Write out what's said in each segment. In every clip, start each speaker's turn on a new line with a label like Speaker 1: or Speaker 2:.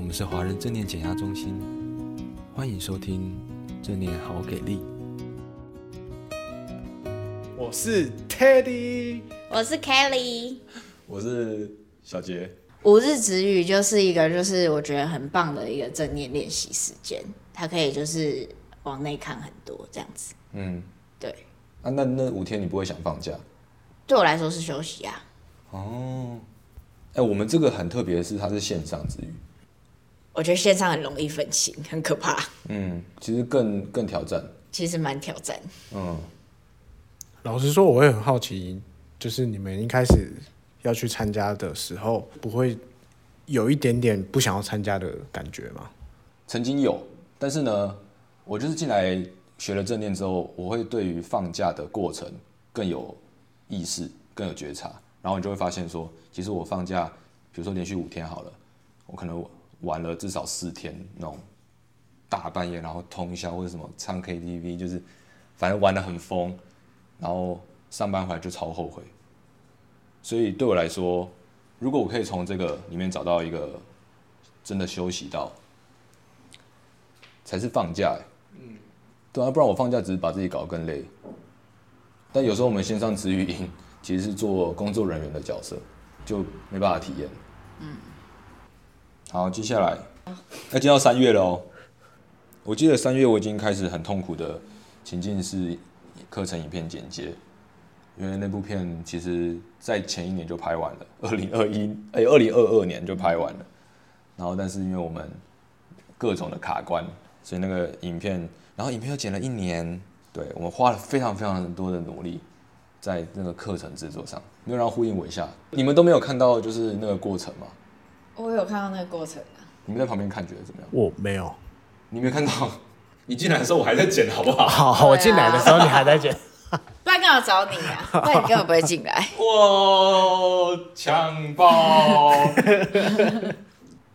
Speaker 1: 们是华人正念减压中心，欢迎收听《正念好给力》。
Speaker 2: 我是 Teddy，
Speaker 3: 我是 Kelly。
Speaker 4: 我是小杰，
Speaker 3: 五日止语就是一个，就是我觉得很棒的一个正念练习时间，它可以就是往内看很多这样子。
Speaker 4: 嗯，
Speaker 3: 对，
Speaker 4: 啊，那那五天你不会想放假？
Speaker 3: 对我来说是休息啊。
Speaker 4: 哦，哎、我们这个很特别的是，它是线上之语，
Speaker 3: 我觉得线上很容易分心，很可怕，
Speaker 4: 嗯，其实更更挑战，
Speaker 3: 其实蛮挑战。
Speaker 4: 嗯，
Speaker 2: 老实说，我会很好奇，就是你们一开始要去参加的时候，不会有一点点不想要参加的感觉吗？
Speaker 4: 曾经有，但是呢，我就是进来学了正念之后，我会对于放假的过程更有意识，更有觉察，然后你就会发现说，其实我放假，比如说连续五天好了，我可能玩了至少四天那种大半夜，然后通宵或者什么唱 KTV，就是反正玩的很疯，然后上班回来就超后悔。所以对我来说，如果我可以从这个里面找到一个真的休息到，才是放假、欸。嗯，对啊，不然我放假只是把自己搞得更累。但有时候我们线上词语营其实是做工作人员的角色，就没办法体验。嗯，好，接下来要进到三月了哦。我记得三月我已经开始很痛苦的情境是课程影片剪接，因为那部片其实在前一年就拍完了，二零二一哎二零二二年就拍完了，然后但是因为我们各种的卡关，所以那个影片，然后影片又剪了一年，对我们花了非常非常多的努力在那个课程制作上。没有让呼应我一下，你们都没有看到就是那个过程吗？
Speaker 3: 我有看到那个过程啊，
Speaker 4: 你们在旁边看觉得怎么样？
Speaker 2: 我没有。
Speaker 4: 你没有看到？你进来的时候我还在剪，好不好？
Speaker 2: 好，
Speaker 3: 啊
Speaker 2: 哦我进来的时候你还在剪，
Speaker 3: 不然干嘛找你 啊？不然你根本不会进来。
Speaker 4: 哇，强暴！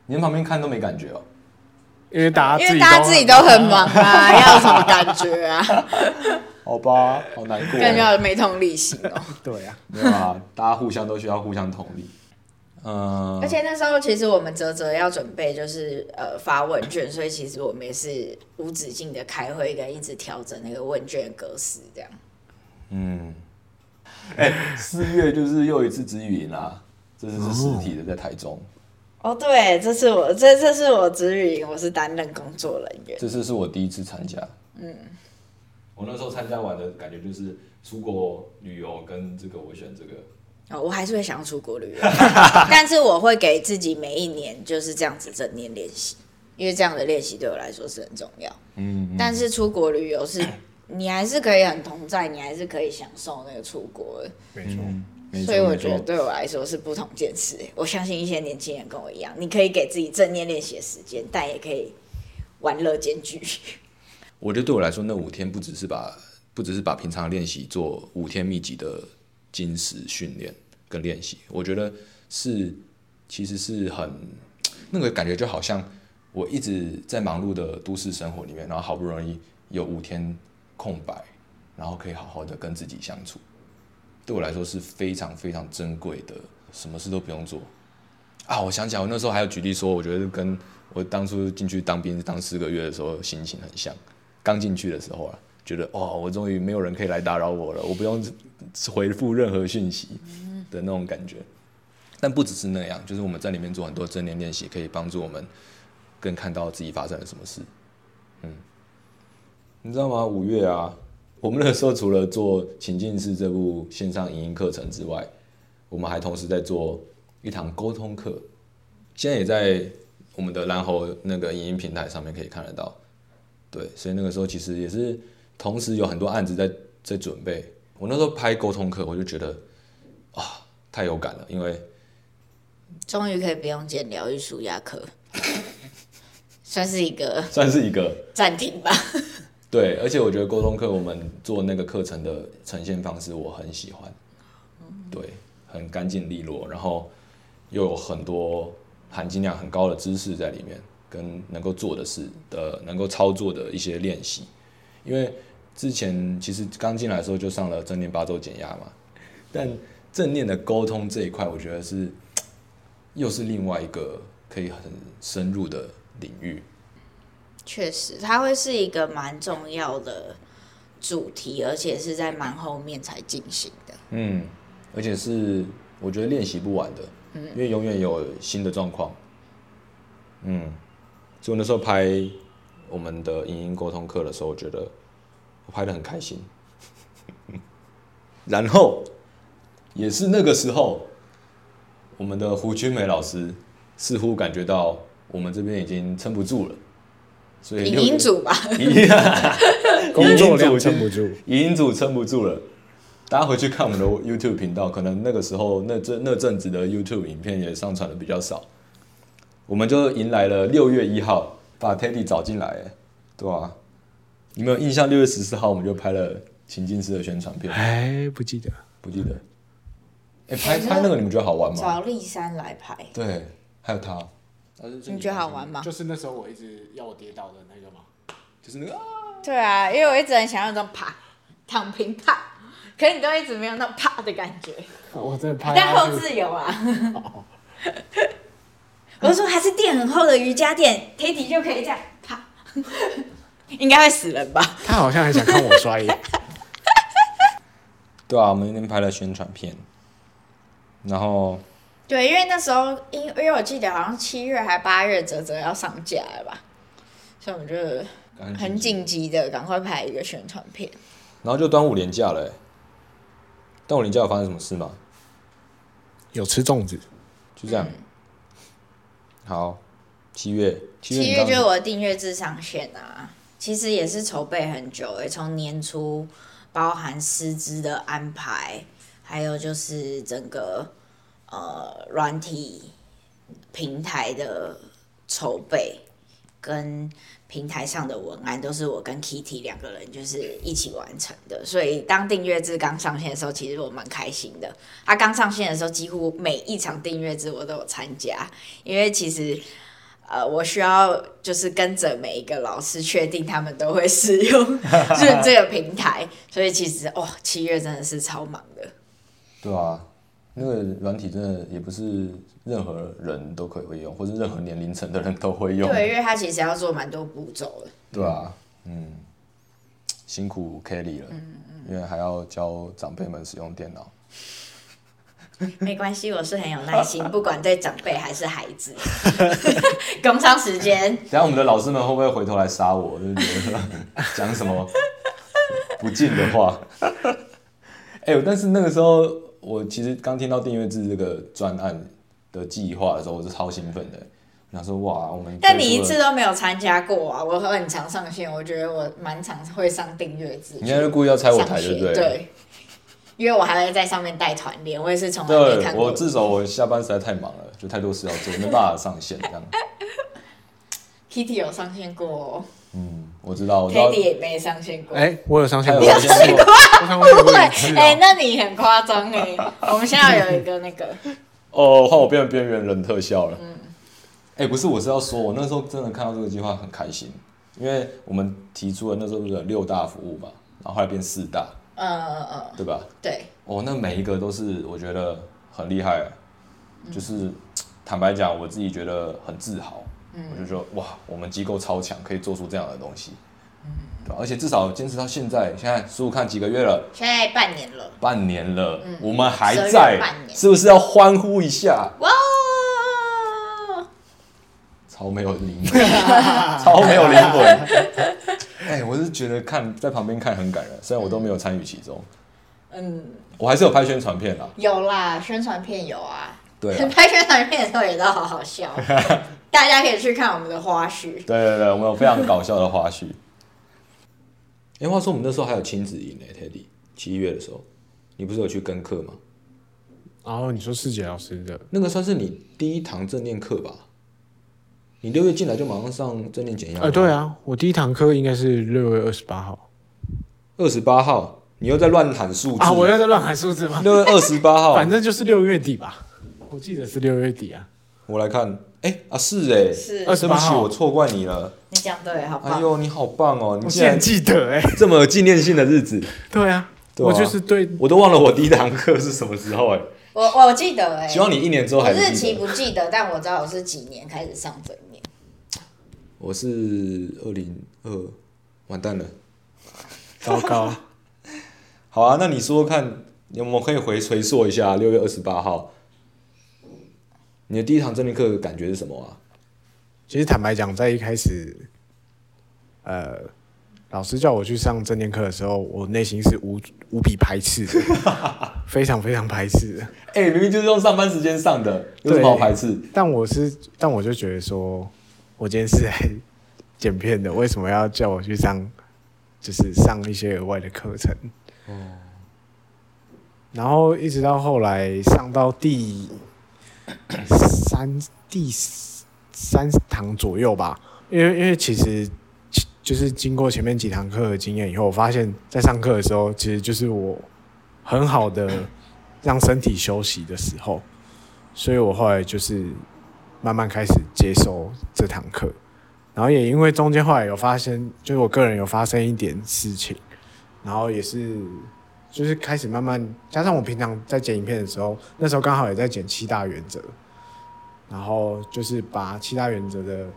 Speaker 4: 你们旁边看都没感觉哦。
Speaker 2: 因为大家
Speaker 3: 因
Speaker 2: 自
Speaker 3: 为
Speaker 2: 己
Speaker 3: 大家自己都很忙啊，要有什么感觉啊？
Speaker 4: 好吧，好难过。
Speaker 3: 更要没同理心哦。
Speaker 2: 对啊，
Speaker 4: 没有啊，大家互相都需要互相同理。嗯、
Speaker 3: 而且那时候其实我们泽泽要准备就是呃发问卷，所以其实我们也是无止境的开会跟一直调整那个问卷格式这样。
Speaker 4: 嗯， 哎、四月就是又一次止语营啦，这次是实体的，在台中，
Speaker 3: 哦，对，这是我这这是我子语营，我是担任工作人员。
Speaker 4: 这次是我第一次参加。嗯，我那时候参加完的感觉就是出国旅游跟这个，我选这个。
Speaker 3: 哦，我还是会想要出国旅游， 但是我会给自己每一年就是这样子正念练习，因为这样的练习对我来说是很重要。
Speaker 4: 嗯，
Speaker 3: 但是出国旅游是你还是可以很同在，你还是可以享受那个出国的。
Speaker 2: 没错。
Speaker 4: 没错
Speaker 3: 所以我
Speaker 4: 没错
Speaker 3: 觉得对我来说是不同件事。我相信一些年轻人跟我一样，你可以给自己正念练习的时间，但也可以玩乐兼具。
Speaker 4: 我觉得对我来说，那五天不只是把不只是把平常的练习做五天密集的金石训练跟练习，我觉得是其实是很那个感觉，就好像我一直在忙碌的都市生活里面，然后好不容易有五天空白，然后可以好好的跟自己相处，对我来说是非常非常珍贵的，什么事都不用做。啊，我想起来，我那时候还有举例说，我觉得跟我当初进去当兵当四个月的时候心情很像。刚进去的时候啊，觉得哦，我终于没有人可以来打扰我了，我不用回复任何讯息的那种感觉。但不只是那样，就是我们在里面做很多正念练习，可以帮助我们更看到自己发生了什么事。嗯，你知道吗？五月啊，我们那时候除了做《情境式》这部线上影音课程之外，我们还同时在做一堂沟通课，现在也在我们的蓝猴那个影音平台上面可以看得到。对，所以那个时候其实也是同时有很多案子在在准备。我那时候拍沟通课，我就觉得啊太有感了，因为
Speaker 3: 终于可以不用见疗愈舒压课， 算是一个
Speaker 4: 算是一个
Speaker 3: 暂停吧。
Speaker 4: 对，而且我觉得沟通课我们做那个课程的呈现方式我很喜欢，对，很干净利落，然后又有很多含金量很高的知识在里面，跟能够做的事的能够操作的一些练习。因为之前其实刚进来的时候就上了正念八周减压嘛，但正念的沟通这一块，我觉得是又是另外一个可以很深入的领域。
Speaker 3: 确实，它会是一个蛮重要的主题，而且是在蛮后面才进行的。
Speaker 4: 嗯，而且是我觉得练习不完的，
Speaker 3: 嗯
Speaker 4: 因为永远有新的状况。嗯，所以我那时候拍我们的影音沟通课的时候，我觉得我拍的很开心。 然后也是那个时候，我们的胡君梅老师似乎感觉到我们这边已经撑不住了，所以
Speaker 3: 影
Speaker 4: 六月
Speaker 3: 音组吧，
Speaker 2: 工作量
Speaker 4: 已经
Speaker 2: 撑不住。
Speaker 4: 语音组撑不住了，大家回去看我们的 YouTube 频道，可能那个时候那阵那阵子的 YouTube 影片也上传的比较少，我们就迎来了六月一号把 Teddy 找进来，哎对吧、啊？你们有印象？六月十四号我们就拍了情境师的宣传片，
Speaker 2: 哎，不记得，
Speaker 4: 不记得？哎、拍拍那个你们觉得好 玩吗？
Speaker 3: 找立山来拍，
Speaker 4: 对，还有他，
Speaker 3: 你觉得好玩吗？
Speaker 2: 是那时候我一直要我跌倒的那个嘛。
Speaker 4: 就是那个、啊
Speaker 3: 对啊，因为我一直很想要那种啪躺平啪，可是你都一直没有那种啪的感觉。
Speaker 2: 我真的拍下
Speaker 3: 但后
Speaker 2: 去，
Speaker 3: 置有啊。我说还是垫很厚的瑜伽垫，贴底就可以这样啪， 应该会死人吧？
Speaker 2: 他好像还想看我摔耶。
Speaker 4: 对啊，我们那天拍了宣传片，然后
Speaker 3: 对，因为那时候因因为我记得好像七月还八月泽泽要上架了吧，所以我们就很紧急的赶快拍一个宣传片。
Speaker 4: 然后就端午连假了、欸。端午连假有发生什么事吗？
Speaker 2: 有吃粽子，
Speaker 4: 就这样。
Speaker 3: 嗯
Speaker 4: 好，七月，七月
Speaker 3: 七
Speaker 4: 你
Speaker 3: 月
Speaker 4: 刚
Speaker 3: 就是我的订阅制上限啊，其实也是筹备很久诶、从年初包含师资的安排，还有就是整个呃软体平台的筹备跟平台上的文案，都是我跟 Kitty 两个人就是一起完成的。所以当订阅制刚上线的时候，其实我蛮开心的。它、刚上线的时候，几乎每一场订阅制我都有参加，因为其实。呃，我需要就是跟着每一个老师，确定他们都会使用 这这个平台，所以其实哦，七月真的是超忙的。
Speaker 4: 对啊，那个软体真的也不是任何人都可以会用，或是任何年龄层的人都会用。
Speaker 3: 对，因为它其实要做蛮多步骤的。
Speaker 4: 对啊，嗯，辛苦 Kelly 了，
Speaker 3: 嗯
Speaker 4: 因为还要教长辈们使用电脑。
Speaker 3: 没关系，我是很有耐心，不管对长辈还是孩 子。工商时间，
Speaker 4: 等一下我们的老师们会不会回头来杀我？对不对？ 讲什么不敬的话？哎、但是那个时候我其实刚听到订阅制这个专案的计划的时候，我是超兴奋的。我想说哇，我们
Speaker 3: 但你
Speaker 4: 推
Speaker 3: 一
Speaker 4: 出
Speaker 3: 次
Speaker 4: 了，
Speaker 3: 都没有参加过啊！我很常上线，我觉得我蛮常会上订阅制。
Speaker 4: 你现在就故意要拆我台，
Speaker 3: 上
Speaker 4: 对
Speaker 3: 学
Speaker 4: 不对？
Speaker 3: 对，因为我还会在上面带团练，我也是从
Speaker 4: 对，
Speaker 3: 来没看过。
Speaker 4: 我至少我下班实在太忙了，就太多事要做，没办法上线这样。
Speaker 3: Kitty 有上线过、哦。
Speaker 4: 嗯，我知道，我知道
Speaker 3: Teddy 也没上线过。
Speaker 2: 哎，我有上线
Speaker 4: 还有
Speaker 2: 过，
Speaker 4: 上线过
Speaker 2: 我上线过一
Speaker 4: 哦
Speaker 2: 次
Speaker 3: 哎、
Speaker 2: 啊。
Speaker 3: 那你很夸张哎！我们现在有一个那个，
Speaker 4: 哦，换我变成边缘人特效了。
Speaker 3: 嗯
Speaker 4: 哎、不是，我是要说，我那时候真的看到这个计划很开心，因为我们提出了那时候不是有六大服务嘛，然后后来变四大，
Speaker 3: 嗯嗯嗯，
Speaker 4: 对吧？
Speaker 3: 对，
Speaker 4: 哦，那每一个都是我觉得很厉害，
Speaker 3: 嗯
Speaker 4: 就是坦白讲，我自己觉得很自豪。
Speaker 3: 嗯
Speaker 4: 我就说哇，我们机构超强，可以做出这样的东西，
Speaker 3: 嗯
Speaker 4: 对吧而且至少坚持到现在，现在十五看几个月了，
Speaker 3: 现在半年了，
Speaker 4: 半年了，
Speaker 3: 嗯
Speaker 4: 我们还
Speaker 3: 12
Speaker 4: 在
Speaker 3: 半，年
Speaker 4: 是不是要欢呼一下？
Speaker 3: 哇！
Speaker 4: 超没有灵魂，超没有灵 魂。哎、我是觉得看在旁边看很感人，虽然我都没有参与其中，
Speaker 3: 嗯，
Speaker 4: 我还是有拍宣传片啦。
Speaker 3: 有啦，宣传片有啊。
Speaker 4: 对啊
Speaker 3: 拍宣传片的时候也都好好笑， 大家可以去看我们的花絮。
Speaker 4: 对对对，我们有非常搞笑的花絮。哎、话说我们那时候还有亲子营呢、t e d d y 七月的时候，你不是有去跟课吗？
Speaker 2: 然哦后你说世杰老师的，
Speaker 4: 那个算是你第一堂正念课吧？你六月进来就马上上正念减压，
Speaker 2: 呃，对，啊，我第一堂课应该是六月二十八号
Speaker 4: 二十八号，你又在乱喊数字
Speaker 2: 啊，我又在乱喊数字吗？
Speaker 4: 六月二十八号，
Speaker 2: 反正就是六月底吧，我记得是六月底啊。
Speaker 4: 我来看，哎、啊是哎、
Speaker 3: 是
Speaker 2: 二十
Speaker 4: 对不
Speaker 2: 八
Speaker 4: 起，
Speaker 2: 号
Speaker 4: 我，错怪你了。
Speaker 3: 你讲对，好
Speaker 4: 哎
Speaker 3: 棒。
Speaker 4: 呦，你好棒哦！你竟
Speaker 2: 我竟然
Speaker 4: 然
Speaker 2: 记得哎、
Speaker 4: 这么有纪念性的日子，
Speaker 2: 对啊，
Speaker 4: 对啊
Speaker 2: 我就是对
Speaker 4: 我都忘了我第一堂课是什么时候哎、
Speaker 3: 我我记得哎、
Speaker 4: 希望你一年之后
Speaker 3: 我
Speaker 4: 还
Speaker 3: 日
Speaker 4: 是
Speaker 3: 期
Speaker 4: 记得。
Speaker 3: 不记得，但我知道我是几年开始上正念。
Speaker 4: 我是二零二，完蛋了。
Speaker 2: 糟 糕。
Speaker 4: 好啊，那你说说看，你我们可以回回溯一下六月二十八号，你的第一堂政治课感觉是什么啊？
Speaker 2: 其实坦白讲，在一开始，呃，老师叫我去上正念课的时候，我内心是无无比排斥的， 非常非常排斥的。
Speaker 4: 哎、明明就是用上班时间上的，有什么好排斥？
Speaker 2: 但我是，但我就觉得说，我今天是来剪片的，为什么要叫我去上，就是上一些额外的课程？哦。然后一直到后来上到第三第三堂左右吧，因为因为其实其就是经过前面几堂课的经验以后，我发现在上课的时候，其实就是我很好的让身体休息的时候，所以我后来就是慢慢开始接受这堂课，然后也因为中间后来有发生，就是我个人有发生一点事情，然后也是。就是开始慢慢加上我平常在剪影片的时候，那时候刚好也在剪七大原则，然后就是把七大原则的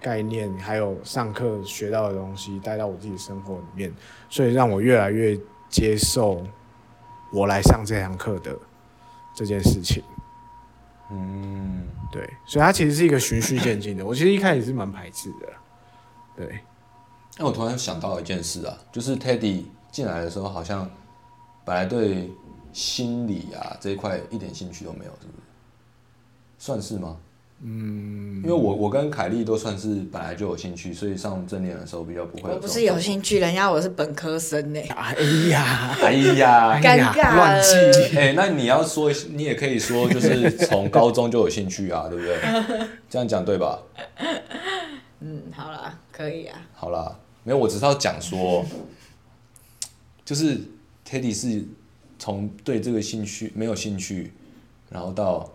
Speaker 2: 概念，还有上课学到的东西带到我自己的生活里面，所以让我越来越接受我来上这堂课的这件事情。
Speaker 4: 嗯，
Speaker 2: 对，所以它其实是一个循序渐进的。我其实一开始是蛮排斥的啦，对，
Speaker 4: 那我突然想到一件事啊，就是 Teddy 进来的时候，好像本来对心理啊这一块一点兴趣都没有，是不是？算是吗？嗯，因为我我跟凯莉都算是本来就有兴趣，所以上正念的时候比较不会。
Speaker 3: 我不是有，兴趣，人家我是本科生呢、
Speaker 2: 哎呀，
Speaker 4: 哎呀，
Speaker 2: 哎
Speaker 3: 尴
Speaker 2: 呀
Speaker 3: 尬
Speaker 2: 乱记，
Speaker 4: 哎、那你要说，你也可以说，就是从高中就有兴趣啊，对不对？这样讲对吧？
Speaker 3: 嗯，好啦，可以啊。
Speaker 4: 好啦，没有，我只是要讲说， 就是 Teddy 是从对这个兴趣没有兴趣，然后到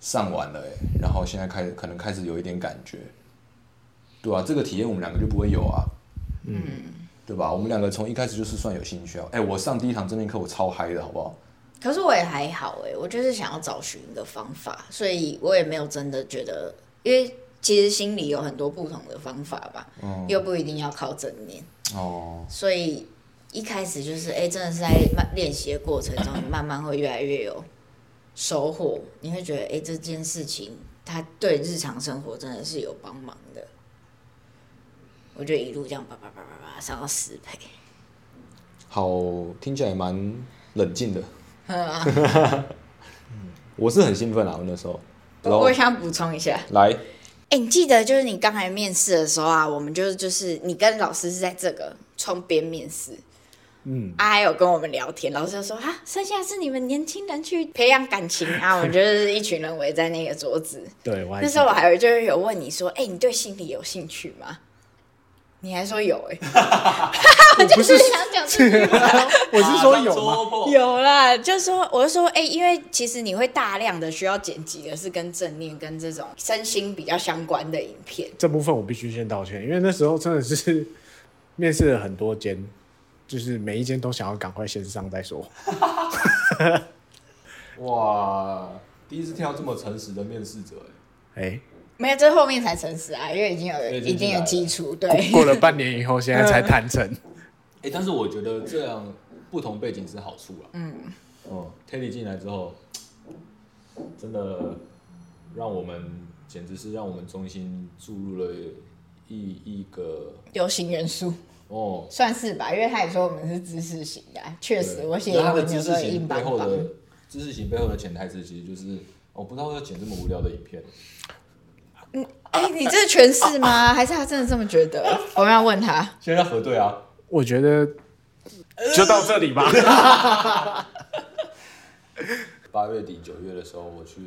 Speaker 4: 上完了、欸，然后现在开可能开始有一点感觉，对啊，这个体验我们两个就不会有啊，嗯，对吧？我们两个从一开始就是算有兴趣啊。哎、我上第一堂正念课我超嗨的，好不好？
Speaker 3: 可是我也还好哎、我就是想要找寻一个方法，所以我也没有真的觉得，因为其实心里有很多不同的方法吧，
Speaker 4: 嗯
Speaker 3: 又不一定要靠正念，
Speaker 4: 哦，
Speaker 3: 所以一开始就是哎、真的是在慢练习的过程中，你慢慢会越来越有收获，你会觉得哎、这件事情它对日常生活真的是有帮忙的。我就一路这样叭叭叭叭叭上到十倍，
Speaker 4: 好，听起来蛮冷静 的。
Speaker 3: 嗯啊
Speaker 4: 我是很兴奋啊，我那时候，然
Speaker 3: 我
Speaker 4: 后
Speaker 3: 我想补充一下，
Speaker 4: 来，
Speaker 3: 哎、你记得就是你刚才面试的时候啊，我们就是就是你跟老师是在这个窗边面试，嗯，啊，还有跟我们聊天，老师就说啊，剩下是你们年轻人去培养感情啊，我们就是一群人围在那个桌子。
Speaker 2: 对，我还
Speaker 3: 那时候我 还有就是有问你说，哎、你对心理有兴趣吗？你还说有 哎、我就是想讲这句话。
Speaker 2: 我是啊
Speaker 4: 啊
Speaker 2: 说有吗？
Speaker 4: 吗？
Speaker 3: 有啦，就说我就说，哎、因为其实你会大量的需要剪辑的是跟正念跟这种身心比较相关的影片。
Speaker 2: 这部分我必须先道歉，因为那时候真的是 面试了很多间，就是每一间都想要赶快先上再说。
Speaker 4: 哇，第一次听到这么诚实的面试者，欸
Speaker 2: 哎、
Speaker 3: 没有，这后面才诚实啊，因为已经有
Speaker 4: 对已经
Speaker 3: 一定有基础，对，
Speaker 2: 过了半年以后，现在才坦诚。
Speaker 4: 哎、但是我觉得这样不同背景是好处啦。嗯，哦、t e d d y 进来之后，真的让我们简直是让我们中心注入了一一个
Speaker 3: 流行元素
Speaker 4: 哦，
Speaker 3: 算是吧，因为他也说我们是知识型的啊、确实
Speaker 4: 对
Speaker 3: 我写
Speaker 4: 那
Speaker 3: 英
Speaker 4: 他的
Speaker 3: 文有
Speaker 4: 知
Speaker 3: 时
Speaker 4: 识
Speaker 3: 候也
Speaker 4: 型背
Speaker 3: 硬邦
Speaker 4: 后
Speaker 3: 邦
Speaker 4: 的。知识型背后的潜台词，其实就是我、不知道要剪这么无聊的影片。
Speaker 3: 哎、你这诠 释吗？还是他真的这么觉得？我们要问他。
Speaker 4: 现在要核对啊，
Speaker 2: 我觉得就到这里吧。
Speaker 4: 八月底九月的时候，我去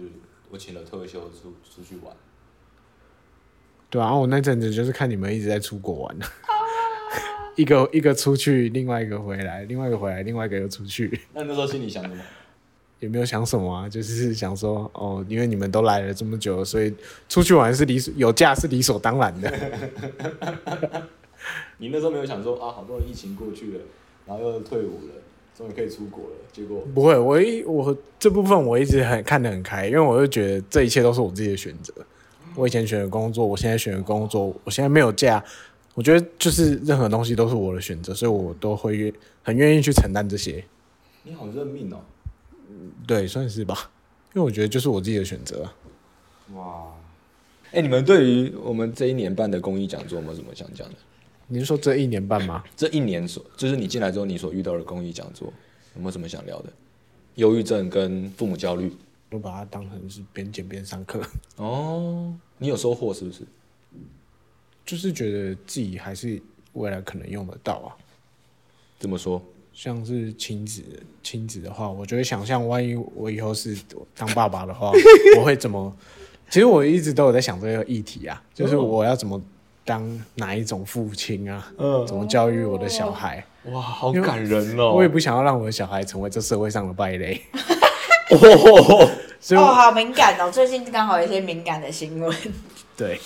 Speaker 4: 我请了特休出出去玩，
Speaker 2: 对啊，然后我那阵子就是看你们一直在出国玩，
Speaker 3: 啊
Speaker 2: 一个一个出去，另外一个回来，另外一个回来，另外一个又出去，
Speaker 4: 那你那时候心里想什么？
Speaker 2: 也没有想什么啊， 就是想说哦，因为你们都来了这么久，所以出去玩是理所有假是理所当然的。
Speaker 4: 你那时候没有想说啊，好不容易疫情过去了，然后又退伍了，终于可以出国了，结果
Speaker 2: 不会，我一我这部分我一直很看得很开，因为我就觉得这一切都是我自己的选择。我以前选的工作，我现在选的工作，我现在没有假，我觉得就是任何东西都是我的选择，所以我都会愿很愿意去承担这些。
Speaker 4: 你好认命哦，
Speaker 2: 对，算是吧，因为我觉得就是我自己的选择啊。
Speaker 4: 哇！哎、你们对于我们这一年半的公益讲座有没有什么想讲的？
Speaker 2: 你是说这一年半吗？
Speaker 4: 这一年所，就是你进来之后你所遇到的公益讲座，有没有什么想聊的？忧郁症跟父母焦虑
Speaker 2: 我把它当成是边剪边上课，
Speaker 4: 哦，你有收获是不是？
Speaker 2: 就是觉得自己还是未来可能用得到啊。
Speaker 4: 这么说，
Speaker 2: 像是亲子亲子的话，我就会想象，万一我以后是当爸爸 的话，我会怎么？其实我一直都有在想这个议题啊，就是我要怎么当哪一种父亲啊，
Speaker 4: 嗯
Speaker 2: 怎么教育我的小孩？
Speaker 4: 哇，好感人哦
Speaker 2: 我也不想要让我的小孩成为这社会上的败类， 所以
Speaker 3: 哦，
Speaker 2: 我
Speaker 3: 好敏感哦！最近刚好有一些敏感的新闻，
Speaker 2: 对，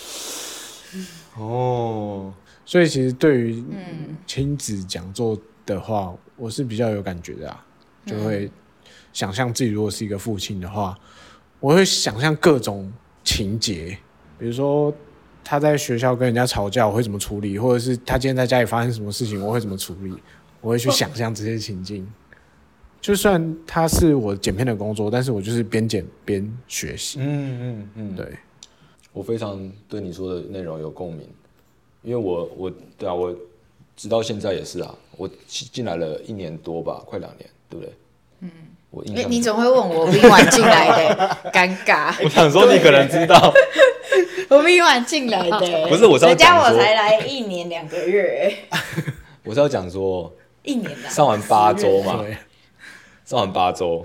Speaker 4: 哦，
Speaker 2: 所以其实对于
Speaker 3: 嗯，
Speaker 2: 亲子讲座的话，我是比较有感觉的啊，就会想象自己如果是一个父亲的话，我会想象各种情节，比如说他在学校跟人家吵架，我会怎么处理，或者是他今天在家里发生什么事情，我会怎么处理，我会去想象这些情境。就算他是我剪片的工作，但是我就是边剪边学习。
Speaker 4: 嗯嗯嗯，
Speaker 2: 对，
Speaker 4: 我非常对你说的内容有共鸣，因为我我对啊，我直到现在也是啊，我进进来了一年多吧，快两年，对不对？嗯，我印
Speaker 3: 你
Speaker 4: 象
Speaker 3: 你总会问我，我比你晚进来的， 尴尬，
Speaker 4: 我想说你可能知道，
Speaker 3: 我比你晚进来的，
Speaker 4: 不是我是要
Speaker 3: 人家
Speaker 4: 讲
Speaker 3: 我
Speaker 4: 说
Speaker 3: 才来一年两个月，
Speaker 4: 我是要讲说
Speaker 3: 一年啊的
Speaker 4: 上完八周嘛，
Speaker 2: 对，
Speaker 4: 上完八 周，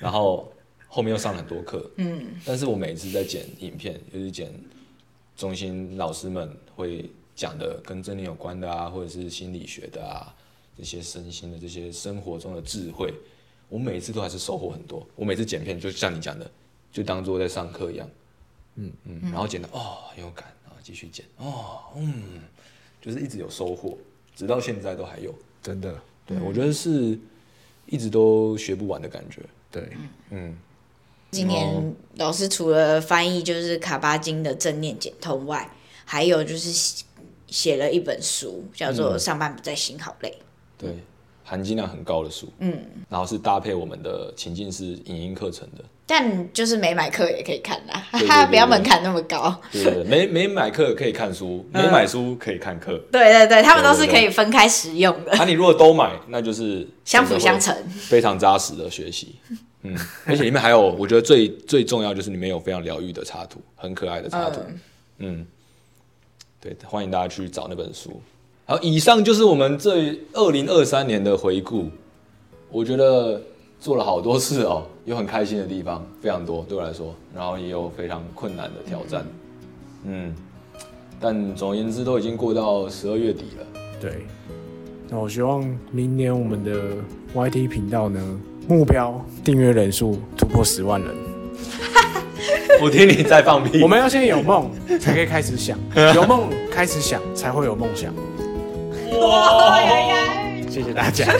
Speaker 4: 然后后面又上了很多课，嗯，但是我每次在剪影片，就是剪中心老师们会讲的跟正念有关的啊，或者是心理学的啊，这些身心的这些生活中的智慧，我每次都还是收获很多。我每次剪片就像你讲的，就当做在上课一样，嗯嗯，然后剪到哦很有感，然后继续剪哦嗯，就是一直有收获，直到现在都还有。
Speaker 2: 真的
Speaker 3: 嗯
Speaker 4: 对，我觉得是一直都学不完的感觉。
Speaker 2: 对，
Speaker 4: 嗯，
Speaker 3: 今
Speaker 4: 哦
Speaker 3: 年老师除了翻译就是卡巴金的《正念减痛》外，还有就是写写了一本书，叫
Speaker 4: 嗯
Speaker 3: 做《上班不在心好累》。
Speaker 4: 对，含金量很高的书。嗯，然后是搭配我们的情境式影音课程 的。
Speaker 3: 但就是没买课也可以看啦，哈
Speaker 4: 对对
Speaker 3: 哈，
Speaker 4: 对
Speaker 3: 不要
Speaker 4: 对
Speaker 3: 门槛那么高。
Speaker 4: 对对对，没没买课可以看书，
Speaker 3: 嗯
Speaker 4: 没买书可以看课。
Speaker 3: 对对对，他们都是
Speaker 4: 对对
Speaker 3: 可
Speaker 4: 对
Speaker 3: 以分开使用的，
Speaker 4: 啊，你如果都买，那就是
Speaker 3: 相辅相，成。
Speaker 4: 非常扎实的学习。嗯，而且里面还有，我觉得最最重要就是里面有非常疗愈的插图，很可爱的插图。
Speaker 3: 嗯
Speaker 4: 嗯，对，欢迎大家去找那本书。好，以上就是我们这二零二三年的回顾。我觉得做了好多事哦，有很开心的地方，非常多对我来说，然后也有非常困难的挑战。嗯，但总而言之，都已经过到十二月底了。
Speaker 2: 对，那我希望明年我们的 YT 频道呢，目标订阅人数突破十万人。
Speaker 4: 我听你在放屁。
Speaker 2: 我们要先有梦，才可以开始想；有梦开始想，才会有梦想。
Speaker 3: 哇呀呀！
Speaker 2: 谢谢大家。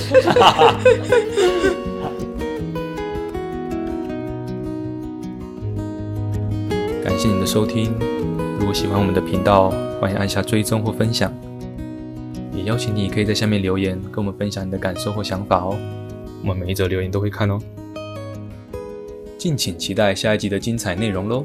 Speaker 5: 感谢你的收听。如果喜欢我们的频道，欢迎按下追踪或分享。也邀请你可以在下面留言，跟我们分享你的感受或想法哦。我们每一则留言都会看哦。敬请期待下一集的精彩内容喽。